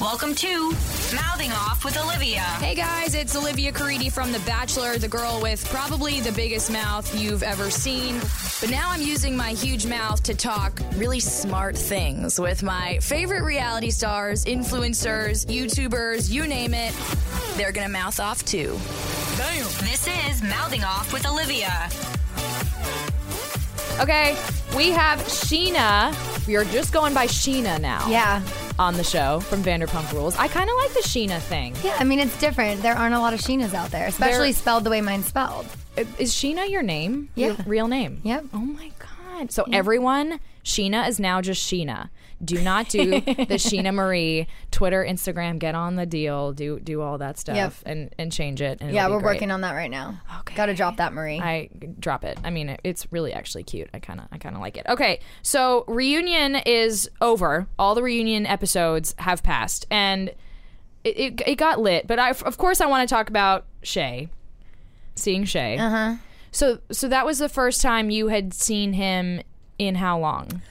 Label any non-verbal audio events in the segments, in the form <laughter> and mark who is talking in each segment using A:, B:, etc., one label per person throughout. A: Welcome to Mouthing Off with Olivia.
B: Hey guys, it's Olivia Caridi from The Bachelor, the girl with probably the biggest mouth you've ever seen. But now I'm using my huge mouth to talk really smart things with my favorite reality stars, influencers, YouTubers, you name it. They're gonna mouth off too.
A: Damn. This is Mouthing Off with Olivia.
C: Okay, we have Sheena. We are just going by Sheena now.
D: Yeah.
C: On the show from Vanderpump Rules. I kind of like the Sheena thing.
D: Yeah, I mean, it's different. There aren't a lot of Sheenas out there, especially
C: There-
D: spelled the way mine's spelled.
C: I- Is Sheena your name?
D: Yeah.
C: Your real name?
D: Yep.
C: Oh my God. So everyone, Sheena is now just Sheena. Do not do
D: <laughs>
C: the Sheena Marie Twitter, Instagram. Get on the deal. Do do all that stuff
D: Yep.
C: and and change it. And
D: Yeah, we're working on that right now. Okay. Gotta drop that, Marie.
C: I drop it. I mean, it- it's really actually cute. I kind of, I kind of like it. Okay, so reunion is over. All the reunion episodes have passed, and it it, it got lit. But I, of course, I want to talk about Shay, seeing Shay. Uh
D: Uh-huh.
C: huh. So, so that was the first time you had seen him in how long?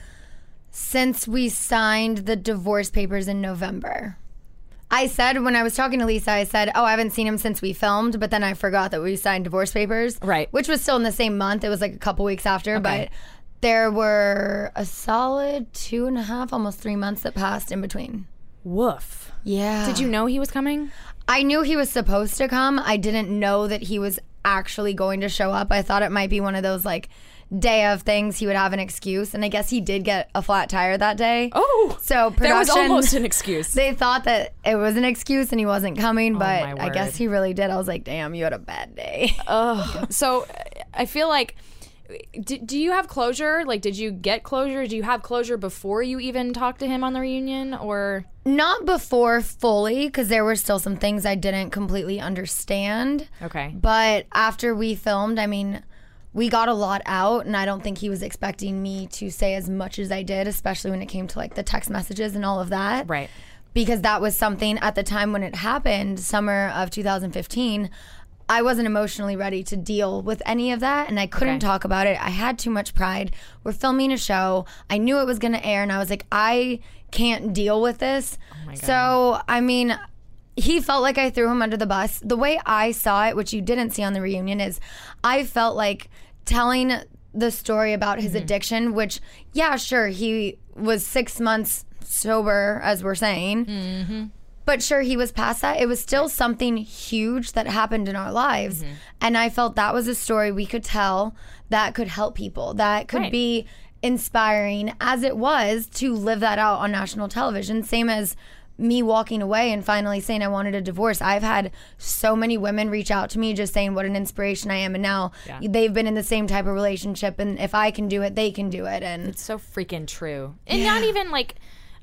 D: Since we signed the divorce papers in November. I said when I was talking to Lisa, I said, "Oh, I haven't seen him since we filmed," but then I forgot that we signed divorce papers,
C: Right.
D: Which was still in the same month. It was like a couple weeks after, but there were a solid two and a half, almost three months that passed in between.
C: Woof.
D: Yeah.
C: Did you know he was coming?
D: I knew he was supposed to come. I didn't know that he was actually going to show up. I thought it might be one of those like day of things he would have an excuse, and I guess he did get a flat tire that day.
C: Oh,
D: so production,
C: that was almost an excuse.
D: <laughs> They thought that it was an excuse and he wasn't coming, but
C: Oh, my
D: I
C: word. Oh.
D: guess he really did. I was like, "Damn, you had a bad
C: <laughs>
D: day."
C: so I feel like. Do, do you have closure? Like, did you get closure? Do you have closure before you even talked to him on the reunion? Or
D: Not before fully, because there were still some things I didn't completely understand.
C: okay,
D: But after we filmed, I mean, we got a lot out, and I don't think he was expecting me to say as much as I did, especially when it came to like the text messages and all of that.
C: right?
D: Because that was something at the time when it happened, summer of 2015. I wasn't emotionally ready to deal with any of that and I couldn't
C: Okay.
D: talk about it. I had too much pride. We're filming a show. I knew it was going to air and I was like, I can't deal with this.
C: Oh
D: so, I mean, he felt like I threw him under the bus. The way I saw it, which you didn't see on the reunion, is I felt like telling the story about his addiction, which, yeah, sure, he was six months sober, as we're saying. But sure, he was past that. It was still something huge that happened in our lives. And I felt that was a story we could tell that could help people, that could
C: Right.
D: be inspiring as it was to live that out on national television. Same as me walking away and finally saying I wanted a divorce. I've had so many women reach out to me just saying what an inspiration I am. And now they've been in the same type of relationship. And if I can do it, they can do it. And
C: So freaking true, and not even like.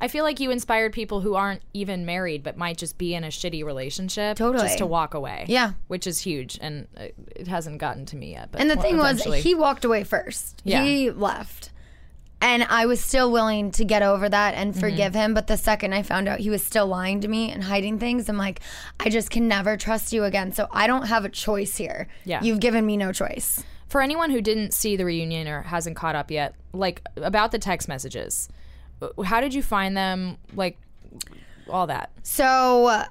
C: I feel like you inspired people who aren't even married but might just be in a shitty relationship
D: Totally.
C: just to walk away.
D: Yeah.
C: Which is huge and uh, it hasn't gotten to me yet. But
D: And the
C: well,
D: thing was,
C: eventually.
D: he walked away first.
C: Yeah.
D: He left. And I was still willing to get over that and
C: Mm-hmm.
D: forgive him. But the second I found out he was still lying to me and hiding things, I'm like, I just can never trust you again. So I don't have a choice here.
C: Yeah.
D: You've given me no choice.
C: for anyone who didn't see the reunion or hasn't caught up yet, like about the text messages, uh, how did you find them? Like all that.
D: So uh,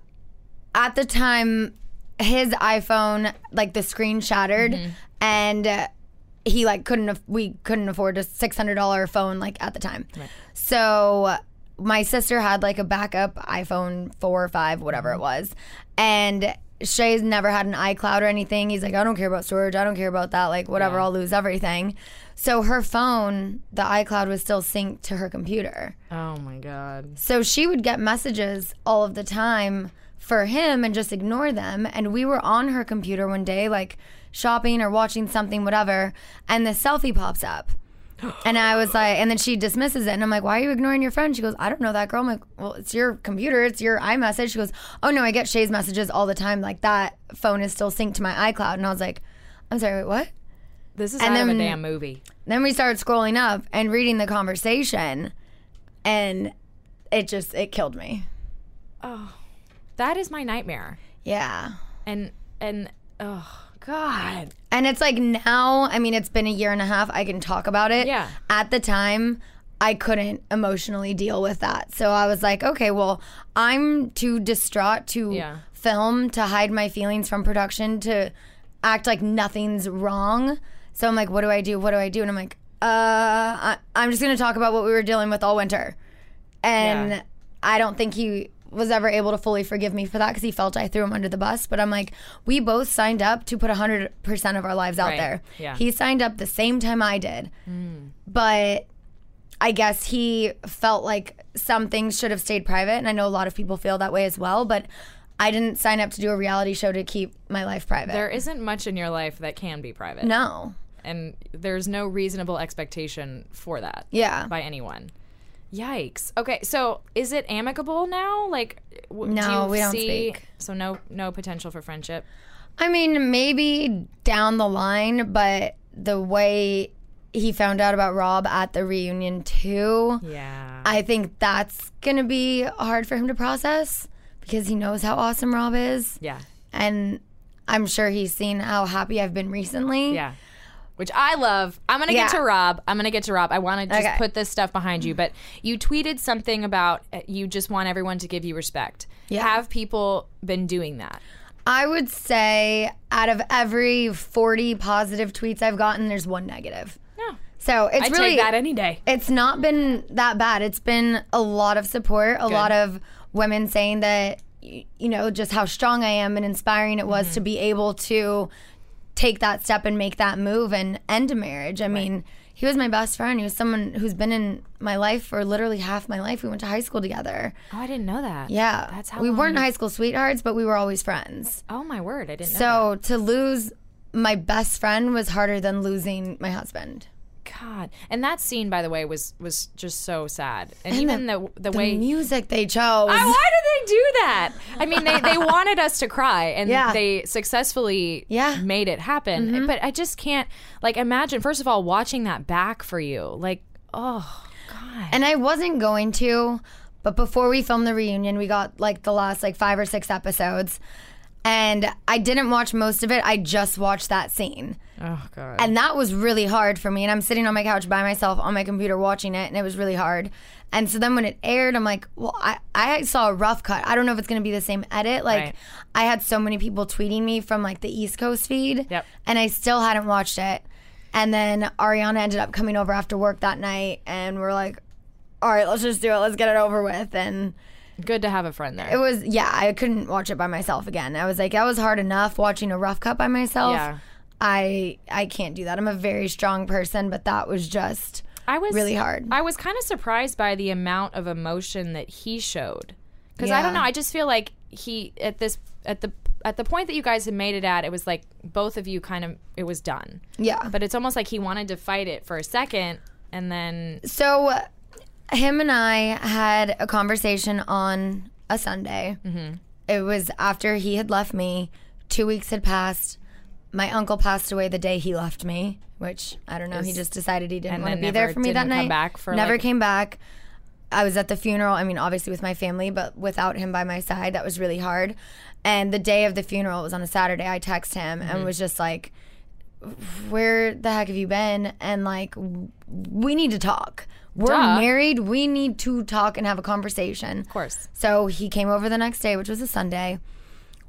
D: at the time, his iPhone, like the screen shattered, and uh, he like couldn't. Af- we couldn't afford a six hundred dollar phone like at the time. So uh, my sister had like a backup iPhone four or five, whatever it was, and. Shay's never had an iCloud or anything. He's like, I don't care about storage. I don't care about that. Like, whatever, I'll lose everything. So, her phone, the iCloud was still synced to her computer.
C: Oh my god.
D: So she would get messages all of the time for him and just ignore them. And we were on her computer one day, like shopping or watching something, whatever, and the selfie pops up. And I was like, and then she dismisses it. And I'm like, why are you ignoring your friend? She goes, I don't know that girl. I'm like, well, it's your computer, it's your iMessage. She goes, oh no, I get Shay's messages all the time. Like that phone is still synced to my iCloud. And I was like, I'm sorry, wait, what?
C: This is
D: And
C: out of a
D: then-
C: damn movie.
D: then we started scrolling up and reading the conversation and it just it killed me
C: That is my nightmare.
D: yeah
C: And and oh god.
D: and it's like now i mean it's been a year and a half i can talk about it
C: Yeah.
D: at the time I couldn't emotionally deal with that. So I was like, okay, well, I'm too distraught to
C: Yeah.
D: film, to hide my feelings from production, to act like nothing's wrong. So I'm like, what do I do? What do I do? And I'm like, uh, I, I'm just going to talk about what we were dealing with all winter. And
C: Yeah.
D: I don't think he was ever able to fully forgive me for that because he felt I threw him under the bus. But I'm like, we both signed up to put 100% of our lives out
C: Right.
D: there.
C: Yeah. Mm.
D: He signed up the same time I did. But I guess he felt like some things should have stayed private. And I know a lot of people feel that way as well. But I didn't sign up to do a reality show to keep my life private.
C: There isn't much in your life that can be private.
D: no.
C: And there's no reasonable expectation for that.
D: Yeah.
C: By anyone. Yikes. Okay, so is it amicable now? Like, w- do
D: No,
C: you
D: we don't
C: see-
D: speak.
C: So no, no potential for friendship.
D: I mean, maybe down the line, but the way he found out about Rob at the reunion, too.
C: Yeah.
D: I think that's gonna be hard for him to process because he knows how awesome Rob is,
C: yeah.
D: and I'm sure he's seen how happy I've been recently.
C: Yeah. <laughs> Which I love. I'm going to get
D: Yeah.
C: to Rob. I'm going to get to Rob. I want to just
D: Okay.
C: put this stuff behind you. But you tweeted something about uh, you just want everyone to give you respect.
D: Yeah.
C: Have people been doing that?
D: I would say out of every 40 positive tweets I've gotten, there's one negative.
C: No.
D: So it's
C: I
D: really
C: take that any day.
D: it's not been that bad. It's been a lot of support, a lot of women saying that y- you know just how strong I am and inspiring it
C: Mm-hmm.
D: was to be able to take that step and make that move and end a marriage. I mean, he was my best friend. He was someone who's been in my life for literally half my life. We went to high school together.
C: Oh, I didn't know that.
D: Yeah.
C: That's how
D: we
C: long-
D: weren't high school sweethearts, but we were always friends.
C: Oh, my word. I didn't know.
D: So to lose my best friend was harder than losing my husband.
C: God. And that scene, by the way, was was just so sad. And, even the, the,
D: The
C: way.
D: music they chose.
C: Uh, Why did they do that? I mean, they, they wanted us to cry and
D: Yeah.
C: they successfully
D: Yeah. Mm-hmm.
C: made it happen. But I just can't, like, imagine, first of all, watching that back for you. Like, oh, God.
D: And I wasn't going to, but before we filmed the reunion, we got like the last like five or six episodes. And I didn't watch most of it. I just watched that scene.
C: Oh, God.
D: And that was really hard for me. And I'm sitting on my couch by myself on my computer watching it, and it was really hard. And so then when it aired, I'm like, well, I, I saw a rough cut. I don't know if it's going to be the same edit. Like,
C: Right.
D: I had so many people tweeting me from like the East Coast feed,
C: Yep.
D: and I still hadn't watched it. And then Ariana ended up coming over after work that night, and we're like, all right, let's just do it. Let's get it over with. And
C: Good to have a friend
D: it
C: there.
D: was, yeah, I couldn't watch it by myself again. I was like, that was hard enough watching a rough cut by myself.
C: Yeah.
D: I I can't do that. I'm a very strong person, but that was just
C: I was
D: really hard.
C: I was kind of surprised by the amount of emotion that he showed. Because I don't
D: Yeah.
C: know. I just feel like he, at this, at the, at the point that you guys had made it at, it was like both of you kind of, it was done.
D: yeah.
C: But it's almost like he wanted to fight it for a second and then,
D: So, uh, him and I had a conversation on a Sunday.
C: Mm-hmm.
D: It was after he had left me. Two weeks had passed. My uncle passed away the day he left me, which I don't know. he just decided he didn't
C: and
D: want to
C: then
D: be there
C: never
D: for me that
C: didn't come
D: night.
C: back for,
D: never
C: like-
D: came back. I was at the funeral. I mean, obviously with my family, but without him by my side, that was really hard. And the day of the funeral it was on a Saturday. I text him
C: Mm-hmm.
D: and was just like, "Where the heck have you been?" And like, we need to talk. We're
C: Duh.
D: married. We need to talk and have a conversation.
C: of course.
D: So he came over the next day, which was a Sunday.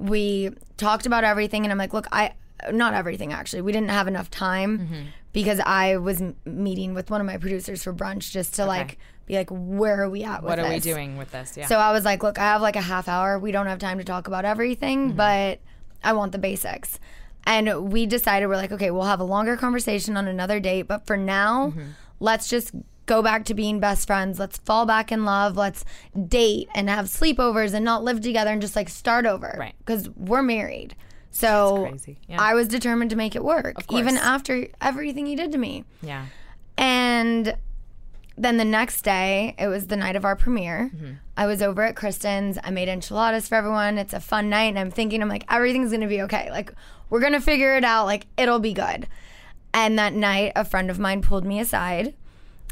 D: We talked about everything, and I'm like, look, I not everything actually. We didn't have enough time
C: Mm-hmm.
D: because I was m- meeting with one of my producers for brunch just to like be like, where are we at?
C: what
D: with
C: are we
D: this?
C: doing with this? Yeah.
D: So I was like, look, I have like a half hour. We don't have time to talk about everything,
C: Mm-hmm.
D: but I want the basics. And we decided we're like, okay, we'll have a longer conversation on another date, but for now,
C: Mm-hmm.
D: let's just go back to being best friends. Let's fall back in love. Let's date and have sleepovers and not live together and just like start over.
C: Right.
D: Because we're married. So
C: crazy. Yeah.
D: I was determined to make it work,
C: course.
D: even after everything he did to me.
C: yeah.
D: And then the next day, it was the night of our premiere. I was over at Kristen's. I made enchiladas for everyone. It's a fun night. And I'm thinking, I'm like, everything's going to be okay. Like, we're going to figure it out. Like, it'll be good. And that night, a friend of mine pulled me aside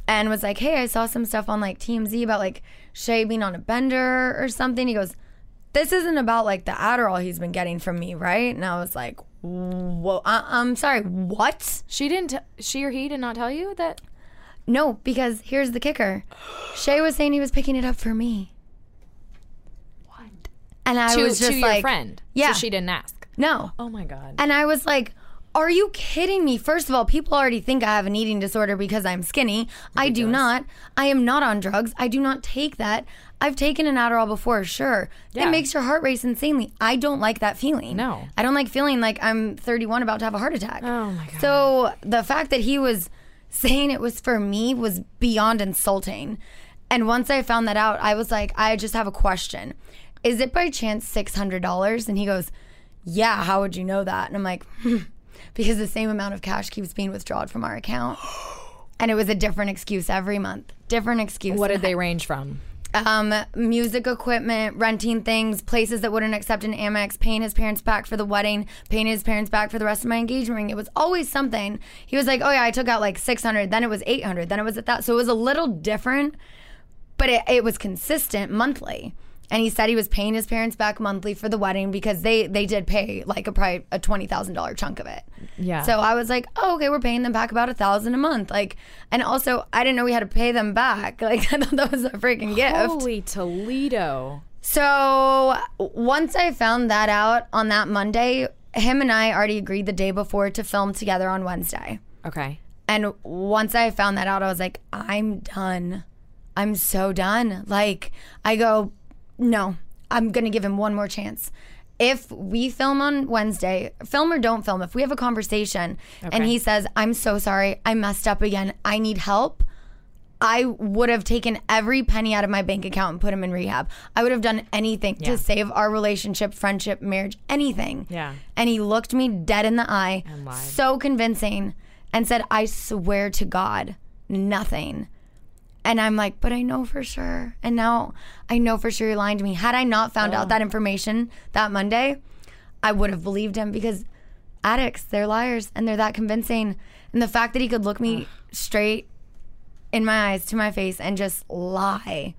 D: and was like, hey, I saw some stuff on like TMZ about like Shay being on a bender or something. He goes, this isn't about like the Adderall he's been getting from me, right? And I was like, whoa, I- I'm sorry, what?
C: She didn't. T- she or he did not tell you that.
D: No, because here's the kicker. Shay was saying he was picking it up for me. What? And I
C: to,
D: was just
C: to
D: like,
C: your friend.
D: yeah.
C: So she didn't ask.
D: No.
C: Oh my god.
D: And I was like, are you kidding me? First of all, people already think I have an eating disorder because I'm skinny. I do not. I am not on drugs. I do not take that. I've taken an Adderall before, sure.
C: Yeah.
D: It makes your heart race insanely. I don't like that feeling.
C: No.
D: I don't like feeling like I'm 31 about to have a heart attack.
C: Oh, my God.
D: So the fact that he was saying it was for me was beyond insulting. And once I found that out, I was like, I just have a question. Is it by chance $600? And he goes, Yeah, how would you know that? And I'm like, hmm, Because the same amount of cash keeps being withdrawn from our account. <gasps> And it was a different excuse every month. Different excuse.
C: what
D: And
C: did they range from?
D: um, music equipment, renting things, places that wouldn't accept an Amex, paying his parents back for the wedding, paying his parents back for the rest of my engagement ring. It was always something. He was like, "Oh yeah, I took out like six hundred, then it was eight hundred, then it was at that." So it was a little different, but it, it was consistent monthly. And he said he was paying his parents back monthly for the wedding because they they did pay like a probably a twenty thousand dollar chunk of it.
C: Yeah.
D: So I was like, oh, okay, we're paying them back about a thousand a month. Like, and also I didn't know we had to pay them back. <laughs> Like, I thought that was a freaking gift.
C: Holy Toledo.
D: So once I found that out on that Monday, him and I already agreed the day before to film together on Wednesday.
C: Okay.
D: And once I found that out, I was like, I'm done. I'm so done. Like, I go, no, I'm going to give him one more chance. If we film on Wednesday, film or don't film, if we have a conversation and
C: Okay.
D: he says, I'm so sorry, I messed up again, I need help, I would have taken every penny out of my bank account and put him in rehab. I would have done anything
C: Yeah.
D: to save our relationship, friendship, marriage, anything.
C: Yeah.
D: And he looked me dead in the eye,
C: lied.
D: so convincing, and said, I swear to God, nothing. And I'm like, but I know for sure. And now I know for sure you're lying to me. Had I not found out that information that Monday, I would have believed him because addicts, they're liars and they're that convincing. And the fact that he could look me straight in my eyes to my face and just lie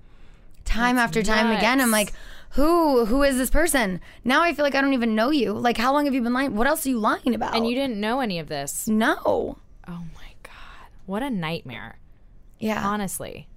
D: time after time again, I'm
C: nuts.
D: like, who who is this person? Now I feel like I don't even know you. Like how long have you been lying? What else are you lying about?
C: And you didn't know any of this.
D: no.
C: Oh my god. What a nightmare.
D: Yeah.
C: Honestly.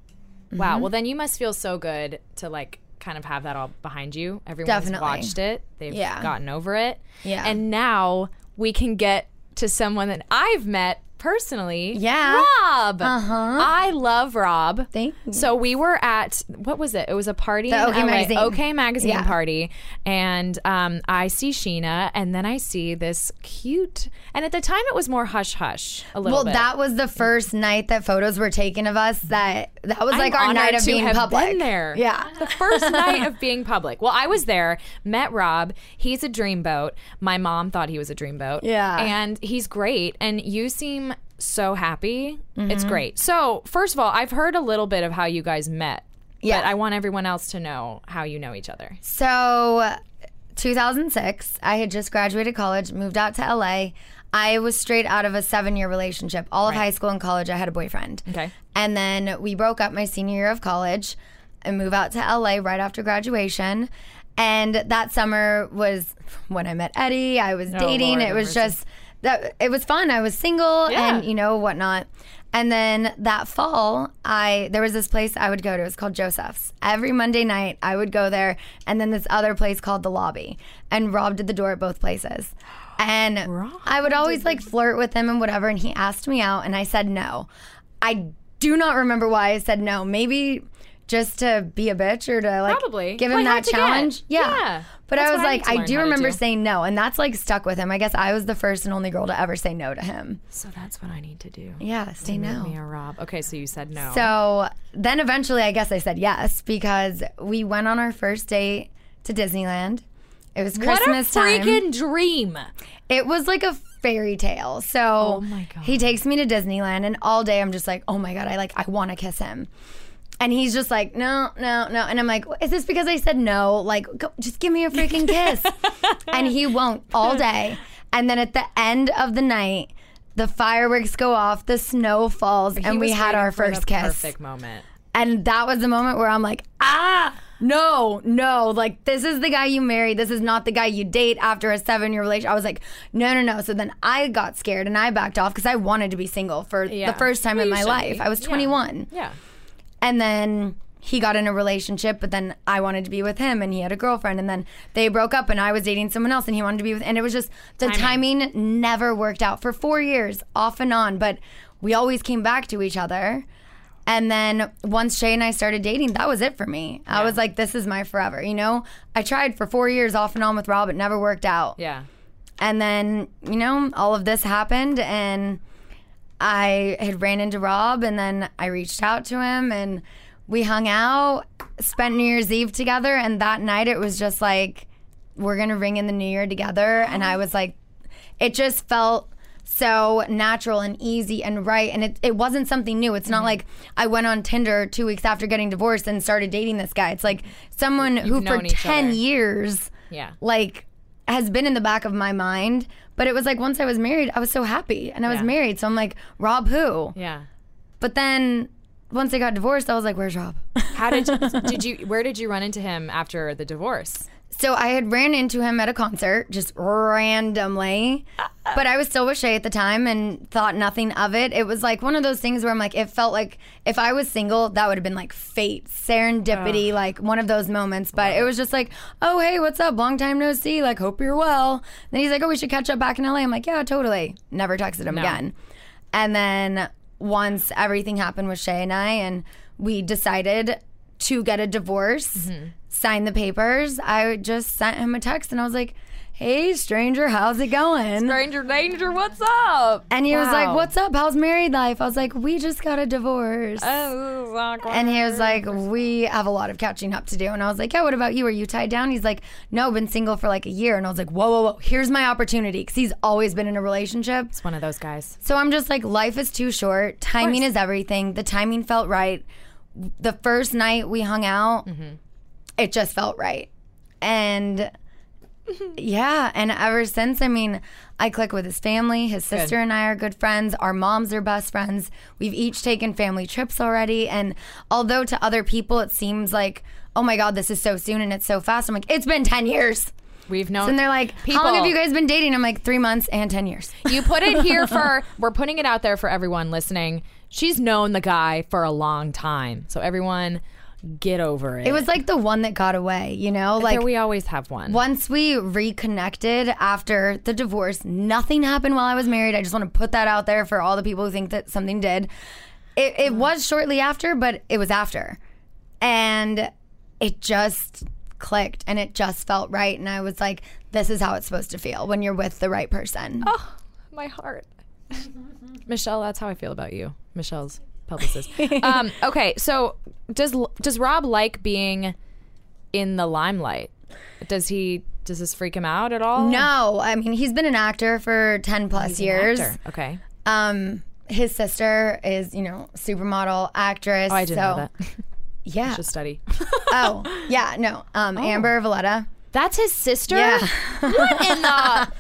C: Wow. Well, then you must feel so good to like kind of have that all behind you. Everyone's
D: Definitely.
C: watched it. They've
D: Yeah.
C: gotten over it.
D: Yeah.
C: And now we can get to someone that I've met personally.
D: Yeah.
C: Rob.
D: Uh-huh.
C: I love Rob.
D: Thank you.
C: So we were at what was it? It was a party.
D: The
C: in
D: OK
C: LA,
D: Magazine.
C: OK magazine
D: Yeah.
C: party, and um, I see Sheena, and then I see this cute. And at the time, it was more hush hush a little
D: well,
C: bit.
D: that was the first night that photos were taken of us. That that was like
C: I'm
D: our
C: honored
D: night of
C: to
D: being
C: have
D: public.
C: Been there,
D: Yeah.
C: the first night of being public. Well, I was there, met Rob. He's a dreamboat. My mom thought he was a dreamboat.
D: Yeah.
C: and he's great. And you seem so happy. It's
D: Mm-hmm.
C: great. So, first of all, I've heard a little bit of how you guys met.
D: Yeah.
C: But I want everyone else to know how you know each other.
D: So, 2006, I had just graduated college, moved out to LA. I was straight out of a seven year relationship. All of high school and college, I had a boyfriend.
C: Okay.
D: And then we broke up my senior year of college and move out to LA right after graduation. And that summer was when I met Eddie. I was dating.
C: Oh, Lord
D: It
C: have
D: was
C: mercy.
D: just that it was fun. I was single
C: Yeah.
D: and you know whatnot. And then that fall, I there was this place I would go to. It was called Joseph's. Every Monday night, I would go there, and then this other place called the Lobby. And Rob did the door at both places. And I would always like flirt with him and whatever. And he asked me out, and I said no. I do not remember why I said no. Maybe just to be a bitch or to like
C: Probably.
D: give him
C: Like, hard
D: that
C: to get.
D: challenge. Yeah.
C: Yeah.
D: But
C: That's
D: I was
C: what I need
D: like,
C: to
D: I,
C: learn
D: do
C: how to
D: remember
C: do.
D: saying no, and that's like stuck with him. I guess I was the first and only girl to ever say no to him.
C: So that's what I need to do.
D: Yeah, say no.
C: Me or Rob. Okay, so you said no.
D: So then eventually, I guess I said yes because we went on our first date to Disneyland. It was
C: what
D: Christmas
C: a
D: time.
C: freaking dream.
D: It was like a fairy tale. So
C: Oh my God.
D: he takes me to Disneyland, and all day I'm just like, oh my God, I like, I want to kiss him. And he's just like, no, no, no. And I'm like, is this because I said no? Like, go, just give me a
C: <laughs>
D: freaking kiss. and he won't all day. And then at the end of the night, the fireworks go off, the snow falls,
C: He
D: and we
C: was
D: had our
C: waiting for the
D: first kiss.
C: Perfect moment.
D: And that was the moment where I'm like, ah, no, no, like this is the guy you marry. This is not the guy you date after a seven year relationship. I was like, no, no, no. So then I got scared and I backed off because I wanted to be single for
C: Yeah.
D: the first time
C: Well,
D: in
C: you
D: my
C: should
D: life.
C: be.
D: I was
C: Yeah.
D: 21.
C: Yeah.
D: And then he got in a relationship, but then I wanted to be with him and he had a girlfriend. And then they broke up and I was dating someone else and he wanted to be with, and it was just the timing, never worked out for four years off and on, but we always came back to each other. And then once Shay and I started dating, that was it for me. I was like, this is my forever, you know? I tried for four years off and on with Rob, it never worked out.
C: Yeah.
D: And then, you know, all of this happened and I had ran into Rob and then I reached out to him and we hung out, spent New Year's Eve together and that night it was just like we're going to ring in the new year together and I was like it just felt so natural and easy and right and it, it wasn't something new it's not
C: Mm-hmm.
D: like i went on tinder two weeks after getting divorced and started dating this guy it's like someone who for
C: known each
D: 10
C: other.
D: years
C: Yeah.
D: like has been in the back of my mind. But it was like once I was married, I was so happy and I was
C: Yeah.
D: married. So I'm like, Rob who?
C: Yeah.
D: But then once I got divorced, I was like, where's Rob? <laughs>
C: How did did you where did you run into him after the divorce?
D: so I had ran into him at a concert just randomly. But I was still with Shay at the time and thought nothing of it. It was like one of those things where I'm like, it felt like if I was single, that would have been like fate, serendipity, like one of those moments. But it was just like, oh, hey, what's up? Long time no see. Like, hope you're well. Then he's like, oh, we should catch up back in LA. I'm like, yeah, totally. Never texted him again. And then once everything happened with Shay and I, and we decided to get a divorce, sign the papers, I just sent him a text and I was like, hey, stranger, how's it going?
C: Stranger danger, what's up?
D: And he was like,
C: Wow.
D: What's up? How's married life? I was like, We just got a divorce.
C: Oh,
D: And he was like, We have a lot of catching up to do. And I was like, Yeah, what about you? Are you tied down? He's like, No, been single for like a year. And I was like, Whoa, whoa, whoa. Here's my opportunity. Cause he's always been in a relationship.
C: It's one of those guys.
D: So I'm just like, Life is too short. Timing is everything. The timing felt right. The first night we hung out, it just felt right. And yeah, and ever since, I mean, I click with his family. His sister and I are good friends. Our moms are best friends. We've each taken family trips already. And although to other people it seems like, oh my God, this is so soon and it's so fast, I'm like, it's been 10 years.
C: We've known
D: And they're like,
C: People.
D: how long have you guys been dating? I'm like, three months and 10 years.
C: <laughs> You put it here for we're putting it out there for everyone listening. She's known the guy for a long time. So everyone get over it.
D: It was like the one that got away, you know? Like,
C: there we always have one.
D: once we reconnected after the divorce, nothing happened while I was married. I just want to put that out there for all the people who think that something did. It,
C: Mm.
D: it was shortly after, but it was after. And it just clicked and it just felt right. And I was like, this is how it's supposed to feel when you're with the right person.
C: Oh. my heart. <laughs> Michelle, that's how I feel about you. Michelle's <laughs> publicist. um, okay, so does does Rob like being in the limelight? Does he does this freak him out at all?
D: No, I mean, he's been an actor for 10 plus
C: Oh, He's an
D: years.
C: actor. Okay.
D: Um, his sister is, you know, supermodel, actress.
C: Oh, I didn't
D: so,
C: know that.
D: <laughs> Yeah.
C: Just
D: <laughs>
C: study.
D: oh, yeah, no. Um, Amber Valletta.
C: That's his sister?
D: Yeah.
C: What in the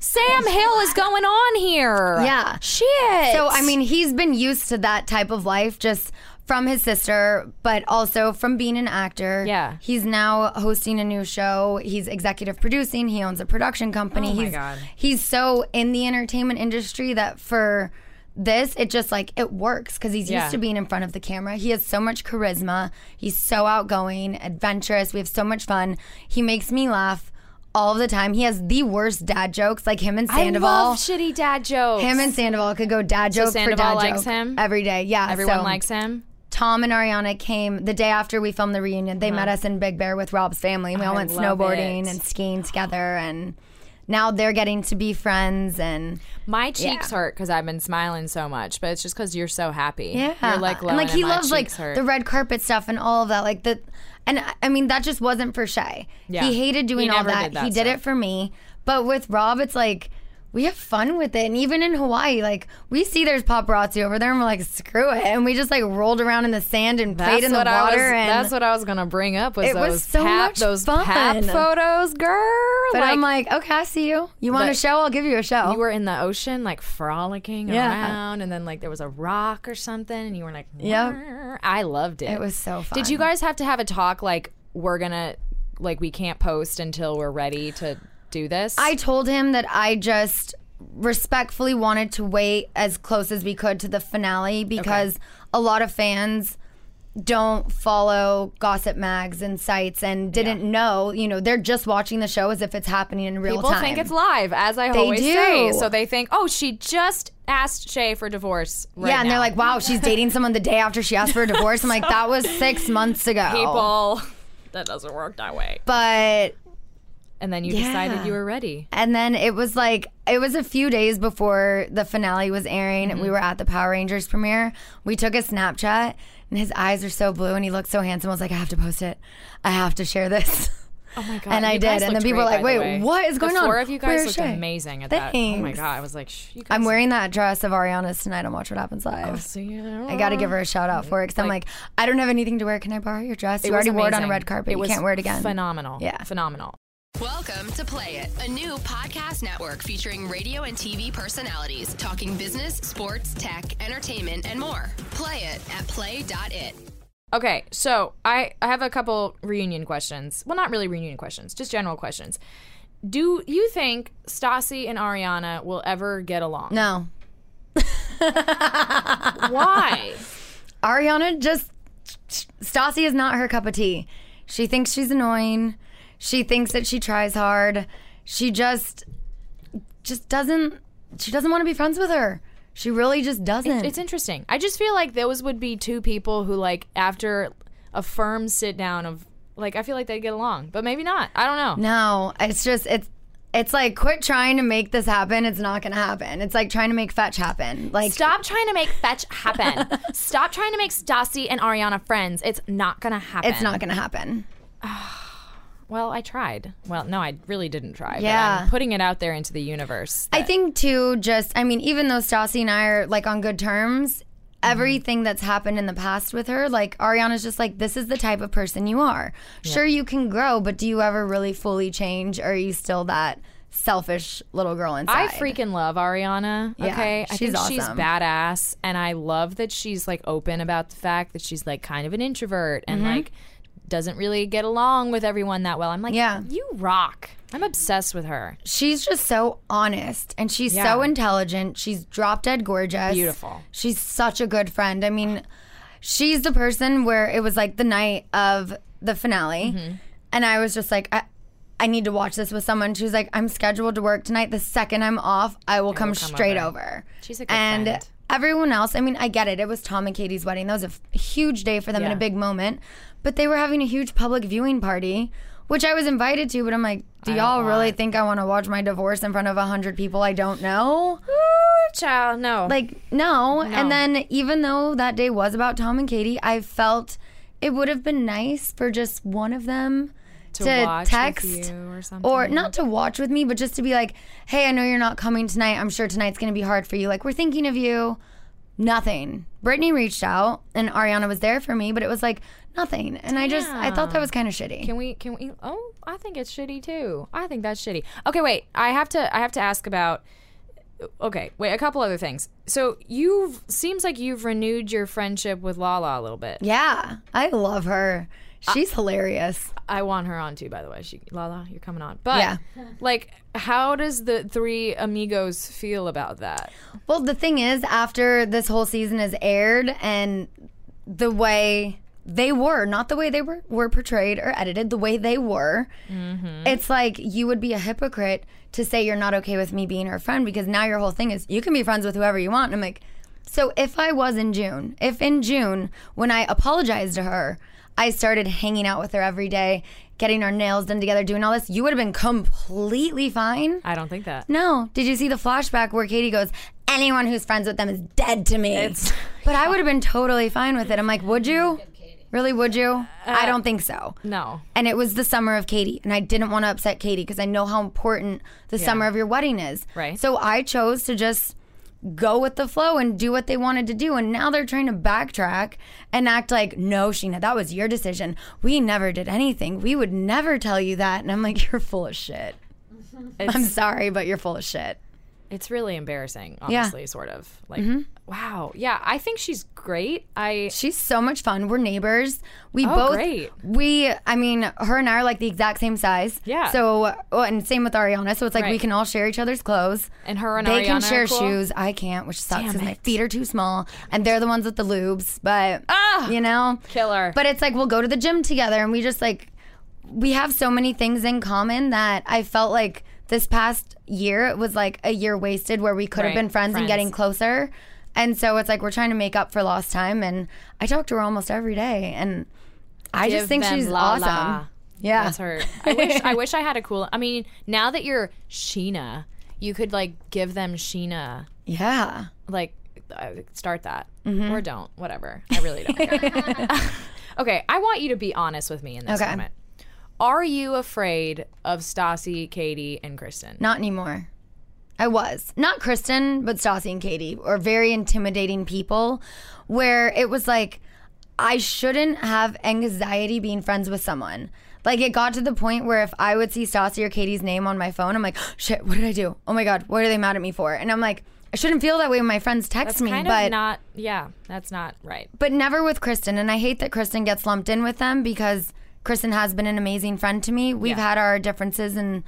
C: Sam Hill is going on here.
D: Yeah.
C: Shit.
D: So I mean, he's been used to that type of life just from his sister, but also from being an actor.
C: Yeah.
D: He's now hosting a new show. He's executive producing. He owns a production company.
C: Oh my
D: he's
C: God.
D: he's so in the entertainment industry that for this it just like it works because he's
C: Yeah.
D: used to being in front of the camera he has so much charisma he's so outgoing adventurous we have so much fun he makes me laugh all the time he has the worst dad jokes like him and sandoval
C: I love shitty dad jokes.
D: him and Sandoval could go dad joke for
C: Sandoval
D: dad
C: likes
D: joke
C: him?
D: every day. Yeah,
C: Everyone
D: so
C: likes him.
D: Tom and Ariana came the day after we filmed the reunion. They met us in Big Bear with Rob's family. We all
C: Uh-huh. I
D: went
C: love
D: snowboarding
C: it.
D: and skiing together, and now they're getting to be friends. And
C: My cheeks hurt hurt because I've been smiling so much, but it's just because you're so happy.
D: yeah,
C: you're like
D: and
C: glowing
D: like he
C: and my
D: loves like
C: cheeks hurt.
D: the red carpet stuff and all of that. Like the, and I- I mean that just wasn't for Shay.
C: Yeah.
D: He hated doing
C: He
D: all
C: never
D: that.
C: did that
D: He did
C: stuff.
D: it for me. But with Rob, it's like. We have fun with it. And even in Hawaii, like we see there's paparazzi over there and we're like, screw it. And we just like rolled around in the sand and
C: That's
D: played in the
C: what
D: water.
C: I was-
D: and
C: that's what I was gonna bring up. Was
D: It
C: those
D: was so
C: pap,
D: much
C: those
D: fun.
C: pap photos, girl?
D: But I'm like, okay, I see you. You want a
C: But-
D: show? I'll give you a show.
C: you were in the ocean, like frolicking
D: Yeah.
C: around, and then like there was a rock or something, and you were like,
D: Yep.
C: "Wah." I loved it.
D: it was so fun.
C: Did you guys have to have a talk like we're gonna like we can't post until we're ready to do this.
D: I told him that I just respectfully wanted to wait as close as we could to the finale because a lot of fans don't follow gossip mags and sites and didn't know, you know, they're just watching the show as if it's happening in real
C: People
D: time.
C: think it's live, as I always
D: do.
C: say. So they think, oh, she just asked Shay for divorce. Right
D: yeah, and
C: now.
D: they're like, wow, she's dating someone the day after she asked for a divorce.
C: <laughs>
D: I'm like, that was six months ago.
C: people. <laughs> That doesn't work that way.
D: But
C: And then you decided
D: Yeah.
C: you were ready.
D: And then it was like it was a few days before the finale was airing. We
C: Mm-hmm.
D: were at the Power Rangers premiere. We took a Snapchat, and his eyes are so blue, and he looks so handsome. I was like, I have to post it. I have to share this. <laughs>
C: Oh my god!
D: And I
C: you guys
D: did. And
C: looked
D: then people were
C: great,
D: like,
C: by the
D: wait,
C: way.
D: what is going
C: the
D: on?
C: Four of you guys
D: Where's
C: looked
D: Shay?
C: amazing at that. Oh my
D: Thanks.
C: god! I was like, Shh, you guys
D: I'm wearing that dress of Ariana's tonight on Watch What Happens Live. I got to give her a shout out for it because I'm like, I don't have anything to wear. Can I borrow your dress? You
C: was
D: already wore it on a
C: amazing.
D: red carpet.
C: It
D: You
C: was
D: can't wear it again.
C: Phenomenal.
D: Yeah.
C: phenomenal.
E: Welcome to Play It, a new podcast network featuring radio and TV personalities talking business, sports, tech, entertainment, and more. Play it at play.it.
C: Okay, so I I have a couple reunion questions. Well, not really reunion questions, just general questions. Do you think Stassi and Ariana will ever get along? <laughs>
D: No,
C: Why?
D: Ariana just Stassi is not her cup of tea. She thinks she's annoying. She thinks that she tries hard. She just just doesn't she doesn't want to be friends with her. She really just doesn't.
C: it's interesting. I just feel like those would be two people who like after a firm sit down of like I feel like they'd get along, but maybe not. I don't know.
D: no, it's just it's it's like quit trying to make this happen. It's not going to happen. It's like trying to make fetch happen. Like
C: Stop trying to make fetch <laughs> happen. Stop trying to make Stassi and Ariana friends. It's not gonna happen.
D: it's not going to happen.
C: Well, I tried. Well, no, I really didn't try. but
D: Yeah.
C: I'm putting it out there into the universe.
D: I think too, just I mean, even though Stassi and I are like on good terms, everything that's happened in the past with her, like Ariana's just like, this is the type of person you are. Sure, you can grow, but do you ever really fully change? Or are you still that selfish little girl
C: I
D: inside?
C: freaking love Ariana.
D: Yeah,
C: okay. I
D: she's
C: think she's
D: awesome.
C: badass. And I love that she's like open about the fact that she's like kind of an introvert and
D: Mm-hmm.
C: like doesn't really get along with everyone that well. I'm like,
D: Yeah.
C: you rock. I'm obsessed with her.
D: She's just so honest and she's
C: Yeah.
D: so intelligent. She's drop dead gorgeous.
C: Beautiful.
D: She's such a good friend. I mean, she's the person where it was like the night of the finale.
C: Mm-hmm.
D: And I was just like, I, I need to watch this with someone. She was like, I'm scheduled to work tonight. The second I'm off, I will come straight over.
C: She's a good
D: and
C: friend.
D: everyone else, I mean, I get it. It was Tom and Katie's wedding. That was a f- huge day for them and
C: Yeah.
D: a big moment. But they were having a huge public viewing party, which I was invited to. But I'm like, do y'all really think I want to watch my divorce in front of 100 people I don't know?
C: Child, no.
D: Like, no. And then, even though that day was about Tom and Katie, I felt it would have been nice for just one of them to,
C: watch with
D: text
C: you or something.
D: or not to watch with me, but just to be like, hey, I know you're not coming tonight. I'm sure tonight's going to be hard for you. Like, we're thinking of you. Nothing. Brittany reached out and Ariana was there for me, but it was like nothing. And I just, I thought that was kind of shitty.
C: Can we? Can we? Oh, I think it's shitty too. I think that's shitty. Okay, wait. I have to. I have to ask about. Okay, wait. A couple other things. So you've seems like you've renewed your friendship with Lala a little bit.
D: yeah, I love her. She's hilarious.
C: I want her on too. By the way, she Lala, you're coming on. But
D: Yeah.
C: like, how does the three amigos feel about that?
D: Well, the thing is, after this whole season is aired and the way they were, not the way they were, were portrayed or edited, the way they were, it's like you would be a hypocrite to say you're not okay with me being her friend because now your whole thing is you can be friends with whoever you want. And I'm like, so if I was in June, if in June, when I apologized to her, I started hanging out with her every day, getting our nails done together, doing all this, you would have been completely fine.
C: I don't think that.
D: No. Did you see the flashback where Katie goes, anyone who's friends with them is dead to me? but I would have been totally fine with it. I'm like, would you? Really, would you? I don't think so.
C: No.
D: And it was the summer of Katie, and I didn't want to upset Katie because I know how important the summer of your wedding is.
C: Right.
D: So I chose to just go with the flow and do what they wanted to do. And now they're trying to backtrack and act like, no, Sheena, that was your decision. We never did anything. We would never tell you that. And I'm like, you're full
C: <laughs>
D: of shit. I'm sorry, but you're full of shit. Mm-hmm.
C: It's really embarrassing, honestly, sort of. Like, Wow. Yeah, I think she's great. I
D: She's so much fun. We're neighbors. We
C: Oh,
D: both
C: great.
D: we I mean, her and I are like the exact same size.
C: Yeah.
D: So oh, and same with Ariana. So it's like we
C: Right.
D: can all share each other's clothes.
C: And her and
D: they
C: Ariana
D: can
C: are
D: share
C: cool?
D: shoes. I can't, which sucks
C: Damn
D: because my
C: it.
D: feet are too small, and they're the ones with the lubes. But
C: Ah!
D: you know,
C: Killer.
D: But it's like we'll go to the gym together, and we just like we have so many things in common that I felt like this past year it was like a year wasted where we could have
C: Right,
D: been friends, and
C: friends.
D: getting closer. And so it's like we're trying to make up for lost time, and I talk to her almost every day, and I just
C: give
D: think
C: them
D: she's
C: la
D: awesome.
C: la.
D: Yeah,
C: That's her. I wish
D: <laughs>
C: I wish I had a cool I mean, now that you're Sheena, you could like give them Sheena
D: Yeah,
C: like uh, start that
D: Mm-hmm.
C: or don't whatever i really don't care
D: <laughs>
C: okay i want you to be honest with me in this
D: Okay.
C: moment are you afraid of Stassi, Katie, and Kristen?
D: not anymore. I was. Not Kristen, but Stassi and Katie are very intimidating people where it was like, I shouldn't have anxiety being friends with someone. Like it got to the point where if I would see Stassi or Katie's name on my phone, I'm like, shit, what did I do? Oh my God, what are they mad at me for? And I'm like, I shouldn't feel that way when my friends text me,
C: Kind
D: but
C: of not. Yeah, that's not right.
D: but never with Kristen. And I hate that Kristen gets lumped in with them because Kristen has been an amazing friend to me. We've
C: Yeah.
D: had our differences, and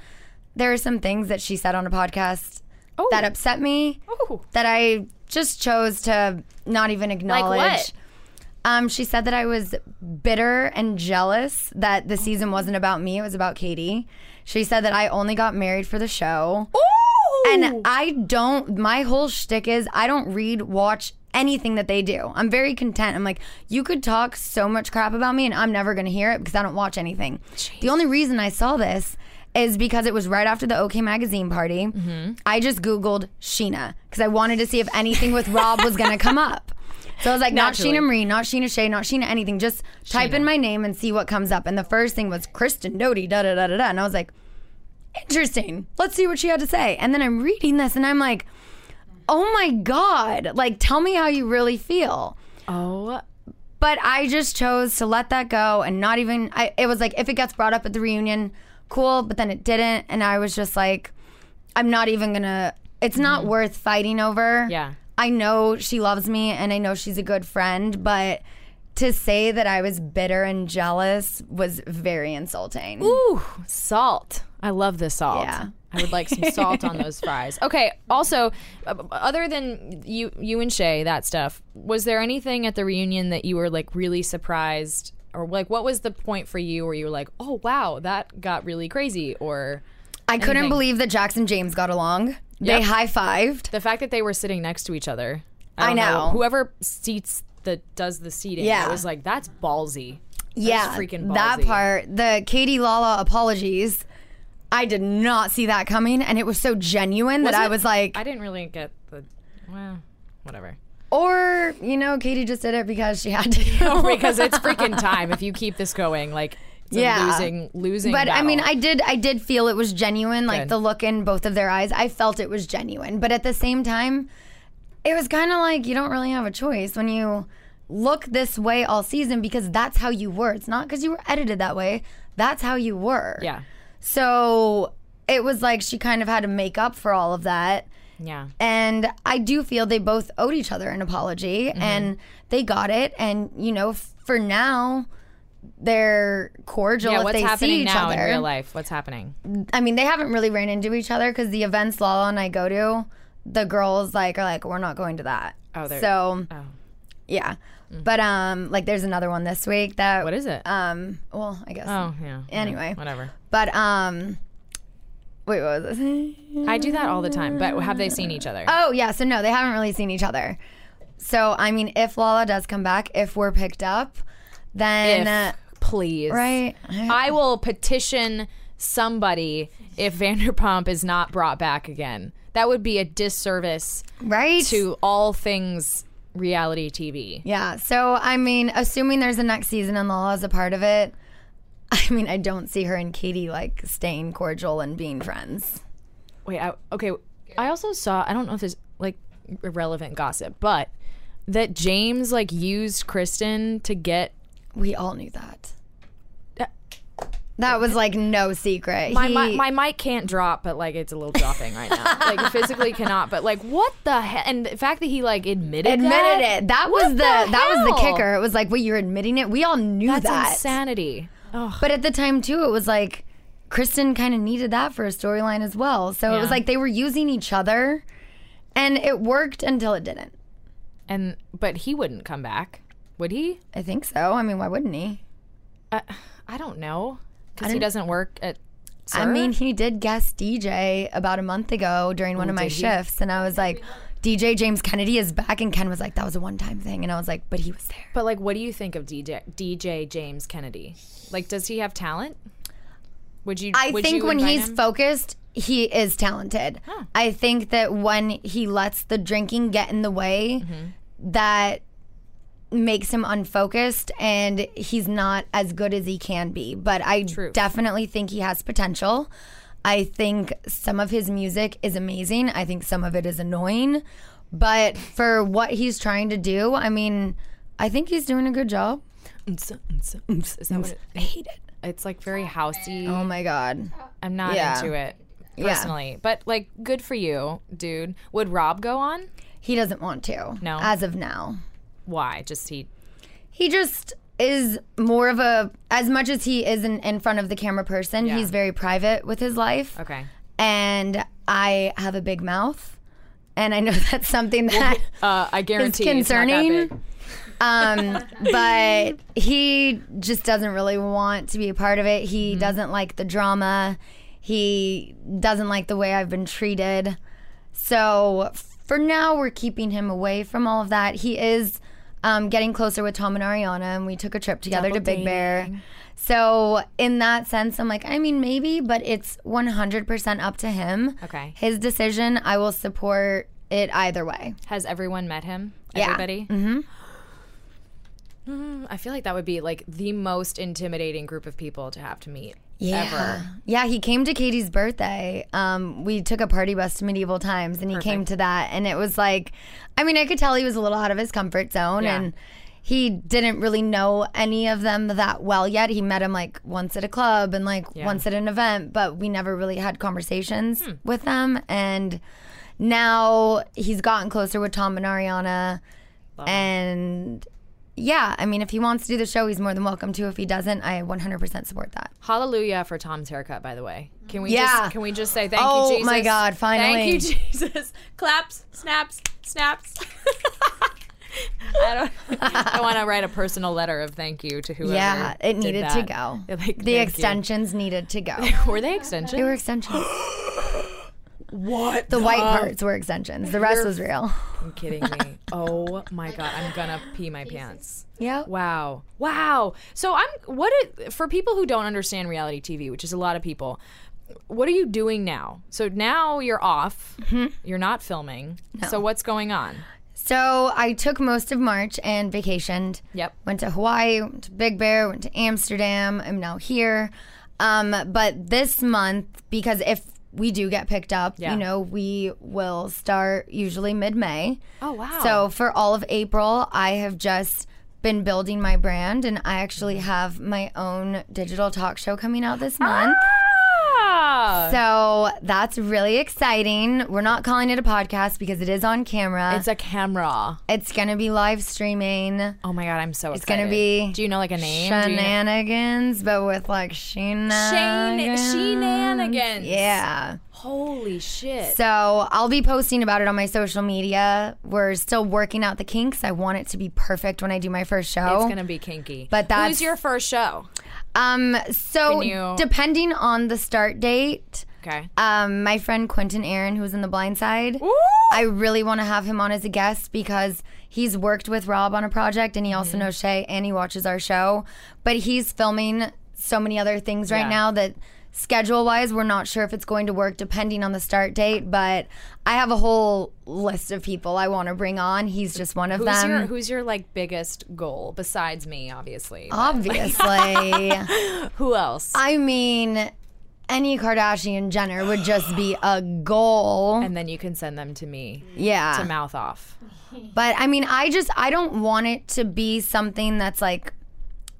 D: there are some things that she said on a podcast
C: Oh.
D: that upset me
C: Oh.
D: that I just chose to not even acknowledge.
C: what?
D: Um, she said that I was bitter and jealous that the season wasn't about me; it was about Katie. She said that I only got married for the show. And I don't, my whole shtick is I don't read, watch anything that they do. I'm very content. I'm like, you could talk so much crap about me and I'm never going to hear it because I don't watch anything. The only reason I saw this is because it was right after the OK Magazine party. I just Googled Sheena because I wanted to see if anything with Rob was going to come up. So I was like,
C: Naturally.
D: not Sheena Marie, not Sheena Shea, not Sheena anything. Just type in my name and see what comes up. And the first thing was Kristen Doty, da da da da da. And I was like, interesting. Let's see what she had to say. And then I'm reading this and I'm like, oh my God. Like, tell me how you really feel.
C: Oh,
D: But I just chose to let that go and not even, I, it was like, if it gets brought up at the reunion, cool. But then it didn't. And I was just like, I'm not even going to, it's not worth fighting over.
C: Mm-hmm. Yeah.
D: I know she loves me and I know she's a good friend, but to say that I was bitter and jealous was very insulting.
C: Ooh, salt. I love the salt.
D: Yeah.
C: I would like some salt on
D: <laughs>
C: those fries. Okay. Also, uh, other than you, you and Shay, that stuff. Was there anything at the reunion that you were like really surprised, or like what was the point for you where you were like, oh wow, that got really crazy, or
D: I couldn't
C: anything.
D: believe that Jackson James got along. They
C: Yep.
D: high fived.
C: the fact that they were sitting next to each other?
D: I
C: don't
D: know.
C: whoever seats that does the seating.
D: Yeah.
C: It was like that's ballsy.
D: Yeah,
C: freaking
D: that
C: ballsy.
D: part. The Katie Lala apologies. I did not see that coming, and it was so genuine that I
C: it-
D: was like,
C: I didn't really get the well, whatever.
D: or you know, Katie just did it because she
C: <laughs>
D: had to. <laughs>
C: because it's freaking time. If you keep this going, like it's a
D: Yeah.
C: losing, losing.
D: But I mean,
C: battle.
D: I did, I did feel it was genuine. Like
C: Good.
D: the look in both of their eyes, I felt it was genuine. But at the same time, it was kind of like you don't really have a choice when you look this way all season because that's how you were. It's not because you were edited that way. That's how you were.
C: yeah,
D: So it was like she kind of had to make up for all of that.
C: yeah.
D: And I do feel they both owed each other an apology
C: Mm-hmm.
D: and they got it. And, you know, f- for now, they're cordial
C: Yeah,
D: if
C: what's
D: they see
C: happening
D: each
C: now in
D: other.
C: real life? What's happening?
D: I mean, they haven't really ran into each other because the events Lala and I go to, the girls like are like, we're not going to that.
C: Oh, they're-
D: so
C: Oh,
D: yeah. But um, like there's another one this week that
C: Mm. what is it?
D: um, well, I guess.
C: oh, yeah.
D: anyway.
C: whatever.
D: But um, wait, what was this?
C: I do that all the time. But have they seen each other?
D: Oh yeah, so no, they haven't really seen each other. So I mean, if Lala does come back, if we're picked up,
C: If,
D: then uh,
C: please,
D: right.
C: I will petition somebody if Vanderpump is not brought back again. That would be a disservice
D: right? <laughs>
C: to all things reality TV.
D: Yeah. So I mean, assuming there's a next season and Lala's a part of it, I mean, I don't see her and Katie like staying cordial and being friends.
C: Wait, I, okay. I also saw. I don't know if there's like irrelevant gossip, but that James like used Kristen to get.
D: We all knew that. That was like no secret.
C: Uh, My,
D: He-
C: mi- my mic can't drop, but like it's a little dropping right now. like <laughs> it physically cannot. But like, what the hell? And the fact that he like admitted
D: admitted
C: that,
D: it. That
C: What
D: was the, that was the
C: hell?
D: kicker. It was like, wait, you're admitting it. We all knew
C: That's
D: that.
C: insanity. Oh,
D: But at the time too, it was like Kristen kind of needed that for a storyline as well. So it was
C: Yeah.
D: like they were using each other, and it worked until it didn't.
C: and but he wouldn't come back, would he?
D: I think so. I mean, why wouldn't he?
C: Uh, I don't know because he doesn't work at.
D: I
C: Sir?
D: mean, he did guest DJ about a month ago during one of my shifts, and I was like, DJ James Kennedy is back, and Ken was like, that was a one time thing, and I was like, but he was there.
C: But like, what do you think of DJ DJ James Kennedy? Like, does he have talent? Would you?
D: I
C: would
D: think
C: you
D: when
C: invite
D: he's
C: him?
D: focused, he is talented. I think that when he lets the drinking get in the way,
C: Mm-hmm.
D: that makes him unfocused and he's not as good as he can be. But I definitely think he has potential. I think some of his music is amazing. I think some of it is annoying. But for what he's trying to do, I mean, I think he's doing a good job.
C: is that what it,
D: I hate it.
C: it's like very housey.
D: Oh my God.
C: I'm not
D: Yeah.
C: into it personally, but like, good for you, dude. Would Rob go on?
D: He doesn't want to.
C: No.
D: As of now.
C: Why? Just he.
D: he just is more of a as much as he is in, in front of the camera person he's very private with his life
C: Okay.
D: and i have a big mouth and i know <laughs> that's something that
C: Uh, I
D: is
C: guarantee it's not that
D: concerning
C: big.
D: um, but he just doesn't really want to be a part of it he doesn't like the drama he doesn't like the way i've been treated so for now, we're keeping him away from all of that. He is um, getting closer with Tom and Ariana, and we took a trip together to Big Bear. So in that sense, I'm like, I mean, maybe, but it's 100% up to him.
C: Okay.
D: His decision. I will support it either way.
C: Has everyone met him?
D: Yeah.
C: Everybody? Mm-hmm. <sighs> I feel like that would be like the most intimidating group of people to have to meet
D: Yeah.
C: ever.
D: Yeah, he came to Katie's birthday. Um, we took a party bus to medieval times and he came to that and it was like I mean, I could tell he was a little out of his comfort zone
C: Yeah.
D: and he didn't really know any of them that well yet. He met him like once at a club and like once at an event, but we never really had conversations
C: Hmm.
D: with them and now he's gotten closer with Tom and Ariana and yeah, I mean, if he wants to do the show, he's more than welcome to. If he doesn't, I 100% support that.
C: Hallelujah for Tom's haircut, by the way. Can we
D: Yeah.
C: just can we just say thank
D: Oh,
C: you, Jesus?
D: my God, finally.
C: Thank you, <laughs> Jesus. Claps, snaps, snaps. <laughs> I don't I
D: <laughs>
C: wanna write a personal letter of thank you to whoever.
D: Yeah, it
C: did
D: needed to
C: that.
D: go.
C: Like, thank
D: the
C: you.
D: extensions needed to go.
C: Were they
D: They
C: extensions?
D: were extensions. what?
C: <gasps>
D: The white parts were extensions. The rest was real.
C: I'm kidding me. Oh my god, I'm gonna pee my pants.
D: Yeah.
C: Wow. Wow. So I'm what it, for people who don't understand reality TV, which is a lot of people. What are you doing now? So now you're off.
D: Mm-hmm.
C: You're not filming. So what's going on?
D: So I took most of March and vacationed.
C: Yep.
D: Went to Hawaii, went to Big Bear, went to Amsterdam. I'm now here. Um, but this month, because if we do get picked up,
C: Yeah.
D: you know, we will start usually mid May.
C: Oh, wow.
D: So for all of April, I have just been building my brand and I actually have my own digital talk show coming out this month.
C: Ah!
D: So that's really exciting. We're not calling it a podcast because it is on camera.
C: It's a camera.
D: It's gonna be live streaming
C: Oh my god, I'm so
D: It's
C: excited.
D: gonna be
C: Do you know like a name? Do you know-
D: shenanigans, but with like
C: Shane
D: shenanigans.
C: shenanigans.
D: Yeah.
C: Holy shit.
D: So I'll be posting about it on my social media. We're still working out the kinks. I want it to be perfect when I do my first show.
C: it's gonna be kinky.
D: But that's-
C: who's your first show?
D: um. So
C: Can you-
D: depending on the start date,
C: Okay.
D: um, my friend Quentin Aaron, who's in The Blind Side, I really want to have him on as a guest because he's worked with Rob on a project and he
C: Mm-hmm.
D: also knows Shay and he watches our show. But he's filming so many other things right
C: Yeah.
D: now that schedule wise, we're not sure if it's going to work depending on the start date. But I have a whole list of people I want to bring on. He's just one of
C: Who's
D: them.
C: your <laughs> who's your like biggest goal besides me, obviously?
D: Uh, Obviously.
C: Who else?
D: I mean, any Kardashian Jenner would just be a goal.
C: and then you can send them to me
D: yeah.
C: to mouth off.
D: But I mean, I just I don't want it to be something that's like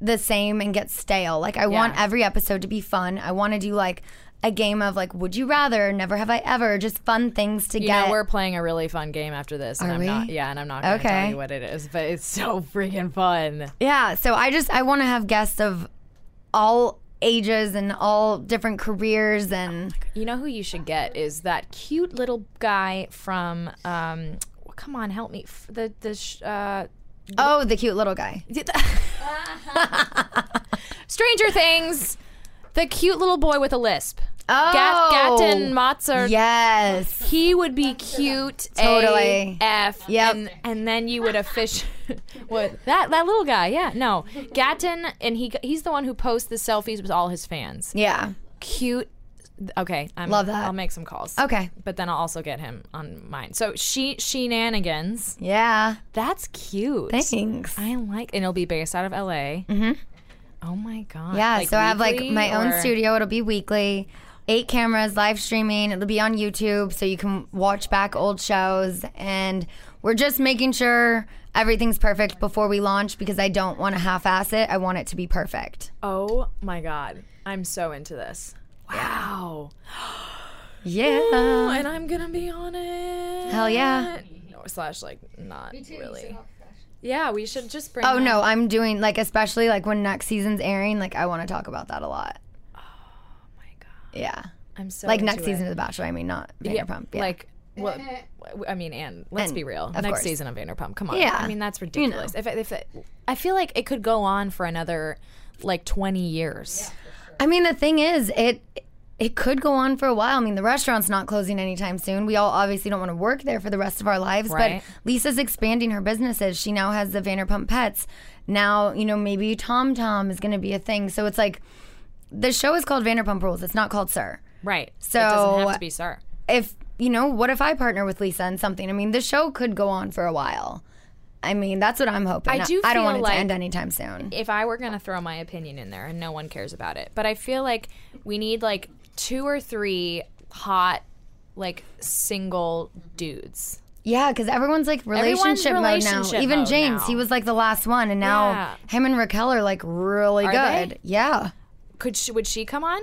D: the same and get stale. Like I want every episode to be fun. I want to do like a game of like would you rather, never have I ever, just fun things to
C: You
D: get.
C: know, we're playing a really fun game after this, and
D: Are
C: I'm
D: we?
C: not. Yeah, and I'm not going to tell
D: Okay.
C: you what it is, but it's so <laughs> freaking fun.
D: Yeah, so I just I want to have guests of all ages and all different careers and
C: You know who you should get is that cute little guy from. Um, come on, help me. F- The the. Sh- uh,
D: oh, the cute little guy.
C: Stranger Things, the cute little boy with a lisp. Gat-
D: Oh.
C: Gatton Motzer.
D: Yes.
C: He would be cute.
D: Totally.
C: AF.
D: Yep.
C: And, and then you would official. <laughs> what that that little guy? Yeah. No. Gatton, and he he's the one who posts the selfies with all his fans.
D: Yeah.
C: Cute. Okay, I'm,
D: Love that.
C: I'll make some calls.
D: Okay.
C: but then I'll also get him on mine. So she shenanigans.
D: Yeah.
C: That's cute.
D: Thanks.
C: I like, and it'll be based out of L.A. Mm-hmm. Oh my god.
D: Yeah, so I have like
C: weekly
D: my own
C: or-
D: studio. It'll be weekly. Eight cameras, live streaming. It'll be on YouTube, so you can watch back old shows. And we're just making sure everything's perfect before we launch because I don't want to half ass it. I want it to be perfect.
C: Oh my god, I'm so into this. Wow.
D: Yeah.
C: and I'm gonna be on it.
D: Hell yeah.
C: No, slash like not really. Yeah, we should just bring.
D: Oh no, I'm doing like especially like when next season's airing, like I want to talk about that a lot. Yeah.
C: I'm so
D: Like
C: into
D: next
C: it.
D: season of The Bachelor, I mean, not Vanderpump. Yeah.
C: Like what? I mean, and let's
D: And,
C: be real.
D: of
C: Next
D: course.
C: season of Vanderpump. Come on.
D: Yeah.
C: I mean, that's ridiculous. If if I feel like it could go on for another like 20 years.
D: I mean, the thing is, it it could go on for a while. I mean, the restaurant's not closing anytime soon. We all obviously don't want to work there for the rest of our lives.
C: Right.
D: But Lisa's expanding her businesses. She now has the Vanderpump Pets. Now, you know, maybe Tom Tom is going to be a thing. So it's like the show is called Vanderpump Rules. It's not called Sir.
C: Right. it doesn't have
D: So- uh,
C: to be sir.
D: If you know, what if I partner with Lisa on something? I mean, the show could go on for a while. I mean, that's what I'm hoping.
C: I do
D: I don't
C: feel
D: want it
C: like-
D: to end anytime soon.
C: if I were gonna throw my opinion in there, and no one cares about it, but I feel like we need like two or three hot, like single dudes.
D: Yeah, because everyone's like
C: Everyone's
D: relationship, mode now.
C: relationship
D: Even
C: mode
D: James,
C: now.
D: he was like the last one, and now
C: Yeah.
D: him and Raquel are like really
C: Are
D: good.
C: they?
D: Yeah,
C: Could she, would she come on?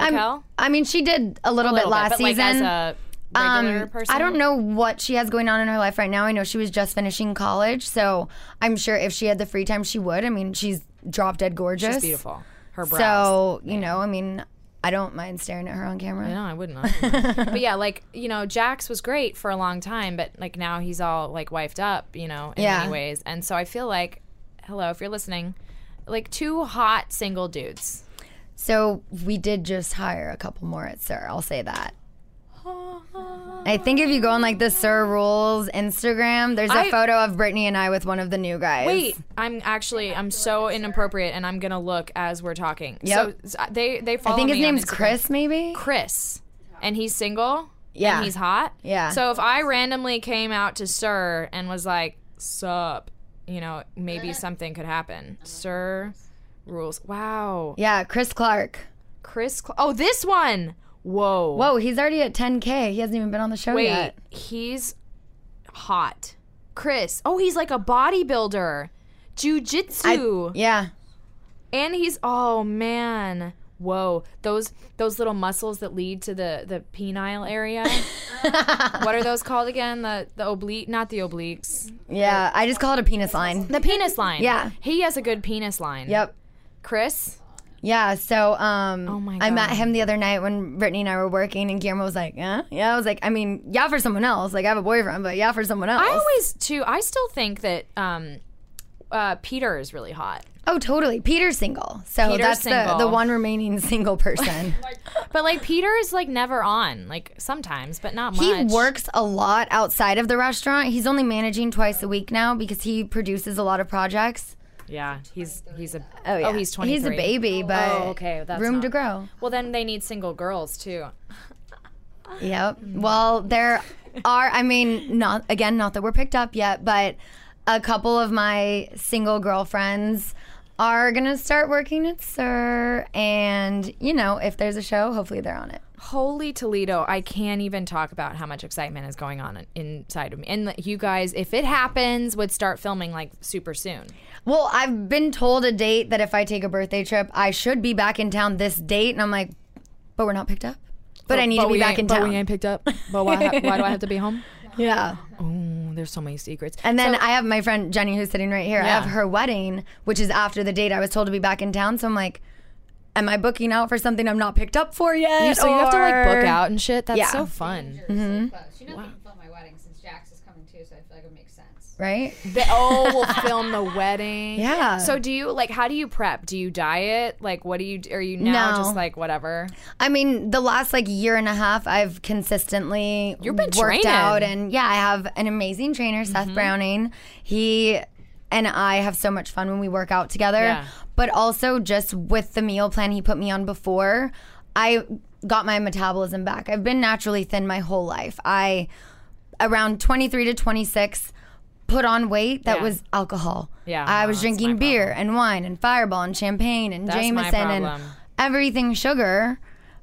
D: I'm-
C: Raquel?
D: I mean, she did a little, bit last
C: but like
D: season.
C: as a regular
D: um,
C: person.
D: I don't know what she has going on in her life right now. I know she was just finishing college, so I'm sure if she had the free time, she would. I mean, she's drop dead gorgeous.
C: She's beautiful. Her brows.
D: So you know, I mean, I don't mind staring at her on camera.
C: no, I wouldn't. I
D: <laughs>
C: wouldn't. but yeah, like you know, Jax was great for a long time, but like now he's all like wifed up, you know, in
D: Yeah.
C: many ways. And so I feel like, hello, if you're listening, like two hot single dudes.
D: So we did just hire a couple more at Sir. I'll say that. I think if you go on like the Sir Rules Instagram, there's a
C: I-
D: photo of Brittany and I with one of the new guys.
C: Wait, I'm actually I'm so inappropriate, and I'm gonna look as we're talking.
D: Yep.
C: So s- they they follow.
D: I think his
C: me on
D: name's
C: Instagram.
D: Chris, maybe.
C: Chris, and he's single.
D: Yeah.
C: and he's hot.
D: Yeah.
C: So if I randomly came out to Sir and was like, "Sup," you know,
D: <laughs>
C: maybe something could happen. Sir, rules. Wow.
D: Yeah, Chris Clark.
C: Chris. Cl- oh, this one. Whoa.
D: Whoa, he's already at 10K. He hasn't even been on the show
C: Wait,
D: yet.
C: he's hot. Chris. Oh, he's like a bodybuilder. Jujitsu.
D: Yeah.
C: and he's oh man whoa those those little muscles that lead to the the penile area
D: <laughs>
C: what are those called again the the oblique not the obliques
D: Yeah. I just call it a penis line.
C: the penis line
D: Yeah.
C: he has a good penis line
D: Yep.
C: chris
D: Yeah, so um,
C: Oh my
D: I met
C: God.
D: him the other night when Brittany and I were working, and Guillermo was like, "Yeah, yeah." I was like, "I mean, yeah, for someone else. Like, I have a boyfriend, but yeah, for someone else."
C: i always too i still think that um uh peter is really hot
D: Oh, totally. Peter's single. So
C: Peter's
D: that's
C: single.
D: The, the one remaining <laughs> single
C: <laughs>
D: person.
C: but like peter is like never on like sometimes but not much
D: he works a lot outside of the restaurant. He's only managing twice a week now because he produces a lot of projects.
C: yeah he's he's a
D: Oh, yeah.
C: he's 23
D: He's a baby, but
C: Oh, okay, that's
D: room
C: not-
D: to
C: <laughs>
D: grow.
C: well then they need single girls too
D: Yep. Well, there are, I mean, not, again, not that we're picked up yet, but a couple of my single girlfriends are gonna start working at Sir, and you know, if there's a show, hopefully they're on it.
C: Holy Toledo, I can't even talk about how much excitement is going on inside of me. And like, you guys, if it happens, would start filming like super soon.
D: Well, I've been told a date that if I take a birthday trip, I should be back in town this date, and I'm like, but we're not picked up. But, I need to be back in
C: but
D: town.
C: we ain't picked up. But why, ha- why do I have to be home?
D: yeah.
C: Mm, There's so many secrets.
D: And then I have my friend Jenny who's sitting right here. I
C: Yeah.
D: have her wedding, which is after the date. I was told to be back in town, so I'm like, am I booking out for something I'm not picked up for yet?
C: You- so you have to like book
D: Or-
C: out and shit. That's
D: Yeah.
C: so fun.
D: Mm-hmm.
F: She knows we can film my wedding since Jax is coming too, so I feel like it makes sense.
D: right?
C: They all will oh, film the wedding.
D: <laughs> Yeah.
C: So do you like? How do you prep? Do you diet? Like, what do you? Are you now
D: No.
C: just like whatever?
D: I mean, the last like year and a half, I've consistently
C: You've been
D: worked
C: training. Mm-hmm.
D: out, and yeah, I have an amazing trainer, Seth Browning. He and I have so much fun when we work out together.
C: Yeah.
D: But also, just with the meal plan he put me on before, I got my metabolism back. I've been naturally thin my whole life. I around 23 to 26 put on weight that
C: Yeah.
D: was alcohol.
C: Yeah,
D: I
C: no,
D: was
C: that's my
D: drinking beer and wine and Fireball and champagne and
C: That's my
D: Jameson and
C: problem.
D: everything sugar.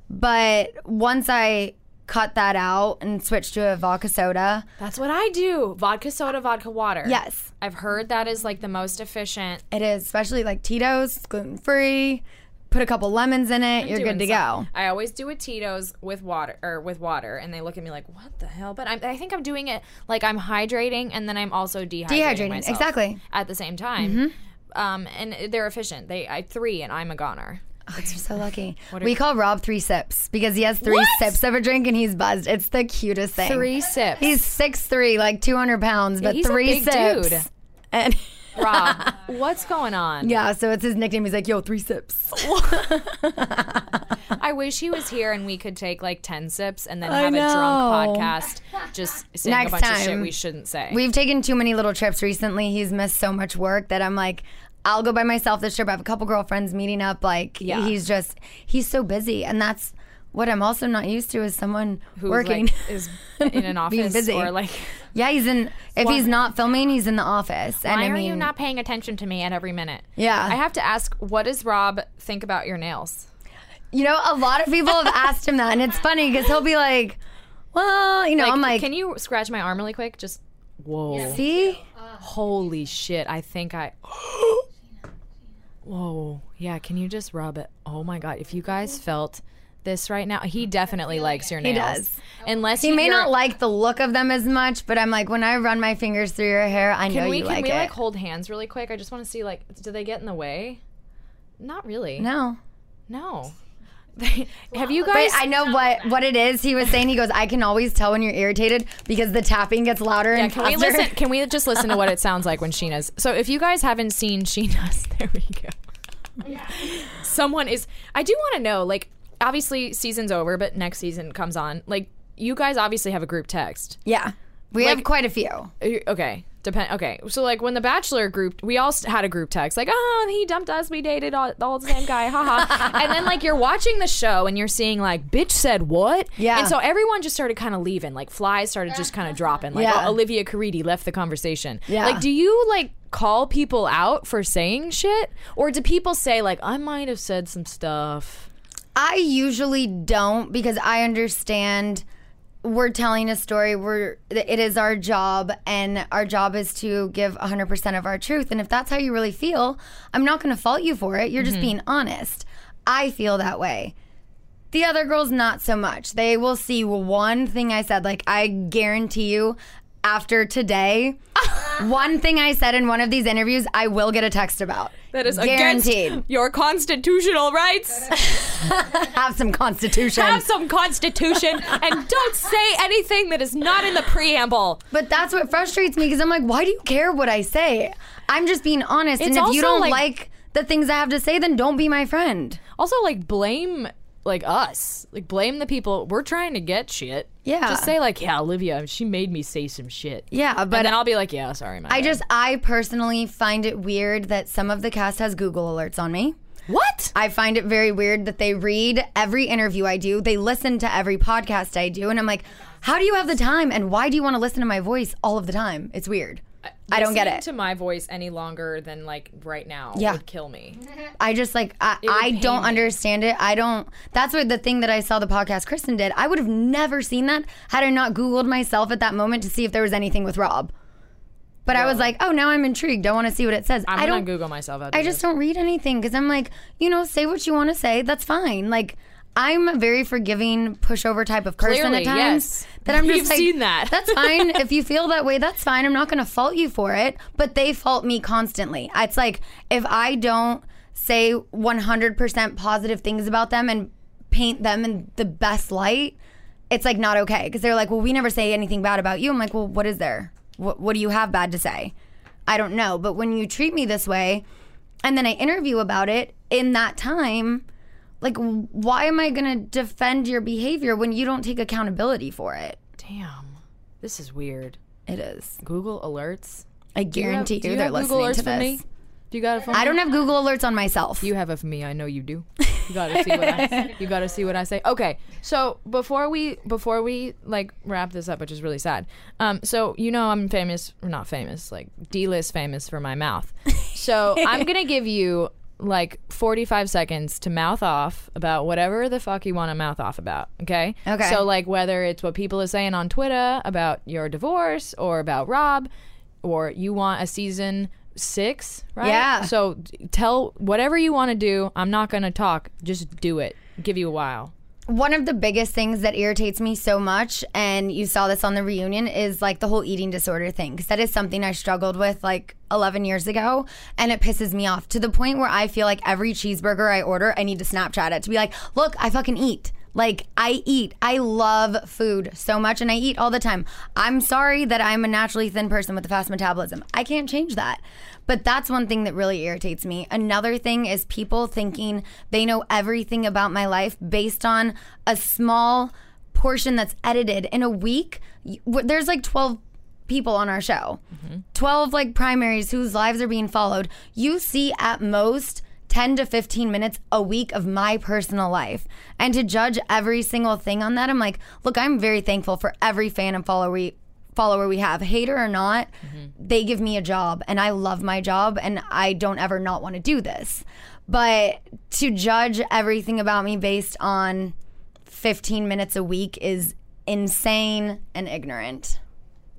D: But once I cut that out and switched to a vodka soda,
C: That's what I do. Vodka soda, vodka water.
D: Yes.
C: I've heard that is like the most efficient.
D: it is especially like Tito's, gluten free. Put a couple lemons in it, you're good to
C: doing
D: go.
C: some- I always do a Tito's with water or with water, and they look at me like, "What the hell?" But I'm, I think I'm doing it like I'm hydrating, and then I'm also dehydrating.
D: Dehydrating,
C: myself
D: exactly. Mm-hmm.
C: At the same time. Um, and they're efficient. They I three, and I'm a goner.
D: Oh, you're
C: <laughs>
D: so lucky. We call Rob three sips because he has three sips of a drink and he's buzzed. It's the cutest thing.
C: Three sips.
D: He's six three, like two hundred pounds, but
C: he's a
D: three
C: big
D: sips.
C: dude.
D: And <laughs>
C: Rob, what's going on?
D: yeah, so it's his nickname. He's like, yo, three
C: <laughs>
D: sips.
C: I wish he was here and we could take like ten sips and then
D: I
C: have a
D: know.
C: drunk podcast, just saying
D: Next
C: a bunch of shit
D: time.
C: we shouldn't say.
D: We've taken too many little trips recently. He's missed so much work that I'm like, I'll go by myself this trip. I have a couple girlfriends meeting up. Like,
C: Yeah.
D: he's just, he's so busy. And that's what I'm also not used to is someone
C: Who's,
D: working.
C: like, is in an office
D: busy.
C: or like
D: <laughs> yeah, he's in, if he's not filming, he's in the office. and
C: Why
D: I
C: are
D: mean,
C: you not paying attention to me at every minute?
D: Yeah.
C: I have to ask, what does Rob think about your nails?
D: you know, a lot of people have asked him that. And it's funny because he'll be like, well, you know, I'm like,
C: can you scratch my arm really quick? Just, whoa.
D: see?
C: Holy shit. I think I. <gasps> whoa. Yeah, can you just rub it? Oh my God. If you guys felt this right now, he definitely likes your nails.
D: does.
C: Unless
D: He may
C: you're-
D: not like the look of them as much, but I'm like, when I run my fingers through your hair, I
C: Can
D: know
C: we,
D: you
C: can
D: like
C: we
D: it.
C: like hold hands really quick? I just want to see, like, do they get in the way? Not really.
D: no.
C: No. <laughs> Have you guys?
D: But I know what what it is. He was saying he goes, I can always tell when you're irritated because the tapping gets louder
C: Yeah,
D: and
C: can we
D: faster."
C: listen? Can we just listen to what it sounds like when Sheena's? So if you guys haven't seen Sheena's, <laughs> there we go. Someone is. I do want to know. Like, obviously, season's over, but next season comes on. Like, you guys obviously have a group text.
D: <laughs> Yeah. We have
C: Like-
D: quite a few.
C: Uh, Okay. Depend. Okay. So like when the Bachelor group, we all s- had a group text like, oh, he dumped us. We dated all, all the same guy.
D: <laughs>
C: Haha. and then like you're watching the show and you're seeing like, bitch said what?
D: Yeah.
C: And so everyone just started kind of leaving. Like flies started just kind of dropping. Like
D: Yeah.
C: oh, Olivia Caridi left the conversation.
D: Yeah.
C: Like, do you like? call people out for saying shit or do people say like i might have said some stuff
D: I usually don't because I understand we're telling a story. We're it is our job, and our job is to give 100 percent of our truth. And if that's how you really feel, I'm not going to fault you for it. You're
C: Mm-hmm.
D: just being honest. I feel that way. The other girls, not so much. They will see one thing I said. Like I guarantee you, after
C: <laughs>
D: today, one thing I said in one of these interviews, I will get a text about.
C: that is
D: guaranteed.
C: against your constitutional rights
D: Have some constitution.
C: have some constitution and don't say anything that is not in the preamble.
D: But that's what frustrates me because I'm like, why do you care what I say? I'm just being honest.
C: It's
D: and if
C: also
D: you don't
C: like-
D: like, the things I have to say, then don't be my friend.
C: Also, like blame like us, like blame the people. We're trying to get shit.
D: Yeah.
C: just say like, yeah, Olivia, she made me say some shit.
D: Yeah, but
C: and then I'll be like, yeah, sorry, man.
D: I just, I personally find it weird that some of the cast has Google alerts on me.
C: what?
D: I find it very weird that they read every interview I do, they listen to every podcast I do. And I'm like, how do you have the time and why do you want to listen to my voice all of the time? It's weird. I don't get
C: listening
D: it.
C: To my voice any longer than like right now
D: Yeah.
C: would kill me.
D: I just like I, I don't understand it. I don't. That's what the thing that I saw the podcast Kristen did. I would have never seen that had I not Googled myself at that moment to see if there was anything with Rob. But I was like, oh, now I'm intrigued. I want to see what it says.
C: I'm
D: I do
C: gonna
D: not
C: Google myself. After
D: I just don't read anything because I'm like, you know, say what you want to say. That's fine. Like. I'm a very forgiving pushover type of person
C: Clearly,
D: at times.
C: yes. <laughs>
D: That I'm just
C: We've
D: like,
C: seen that.
D: that's
C: <laughs>
D: fine. if you feel that way, that's fine. I'm not going to fault you for it. But they fault me constantly. It's like if I don't say 100% positive things about them and paint them in the best light, it's like not okay. Because they're like, well, we never say anything bad about you. I'm like, well, what is there? What, what do you have bad to say? I don't know. But when you treat me this way, and then I interview about it in that time, like, why am I going to defend your behavior when you don't take accountability for it?
C: Damn, this is weird.
D: It is.
C: Google alerts.
D: I guarantee
C: Do
D: you,
C: you
D: they're
C: have Google
D: listening
C: alerts
D: to
C: for
D: this.
C: me? Do you got it for me?
D: I don't have Google alerts on myself.
C: You have it for me. I know you do. You gotta see what I. You gotta see what I say. Okay. So before we before we like wrap this up, which is really sad. Um. So you know I'm famous, or not famous, like D list famous for my mouth. So I'm gonna give you like 45 seconds to mouth off about whatever the fuck you want to mouth off about. Okay.
D: Okay.
C: So like whether it's what people are saying on Twitter about your divorce or about Rob, or you want a season six, right?
D: Yeah.
C: So d- tell whatever you want to do. I'm not going to talk. Just do it. Give you a while.
D: One of the biggest things that irritates me so much, and you saw this on the reunion, is like the whole eating disorder thing. Because that is something I struggled with like 11 years ago, and it pisses me off to the point where I feel like every cheeseburger I order, I need to Snapchat it to be like, look, I fucking eat. Like, I eat. I love food so much, and I eat all the time. I'm sorry that I'm a naturally thin person with a fast metabolism. I can't change that. But that's one thing that really irritates me. Another thing is people thinking they know everything about my life based on a small portion that's edited in a week. y- w- There's like 12 people on our show, 12 like primaries whose lives are being followed. You see at most 10 to 15 minutes a week of my personal life. And to judge every single thing on that, I'm like, look, I'm very thankful for every fan and follower we follower we have, hater or not, they give me a job and I love my job and I don't ever not want to do this. But to judge everything about me based on 15 minutes a week is insane and ignorant.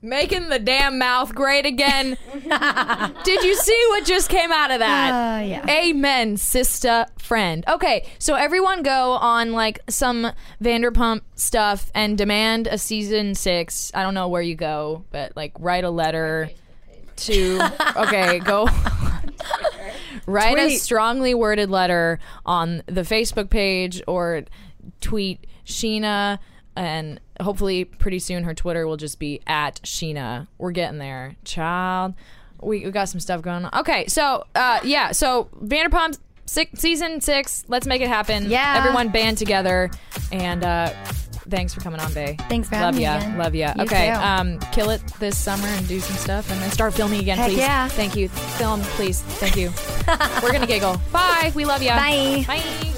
C: Making the damn mouth great <laughs> again. Did you see what just came out of that?
D: Uh, yeah.
C: Amen, sister friend. Okay, so everyone go on like some Vanderpump stuff and demand a season six. I don't know where you go, but like write a letter to.
D: <laughs>
C: Okay, go. write a strongly worded letter on the Facebook page or tweet Sheena and hopefully pretty soon her Twitter will just be at Sheena. We're getting there, child. We, we got some stuff going on. Okay, so uh, yeah, so Vanderpump six, season six. Let's make it happen.
D: Yeah.
C: everyone band together, and uh, thanks for coming on, Bay.
D: Thanks for
C: love
D: having me
C: ya,
D: again.
C: Love ya.
D: You
C: okay,
D: too.
C: um, kill it this summer and do some stuff, and then start filming again,
D: Heck
C: please.
D: yeah.
C: Thank you. Film, please. Thank you. We're gonna giggle. Bye. We love you.
D: Bye.
C: Bye.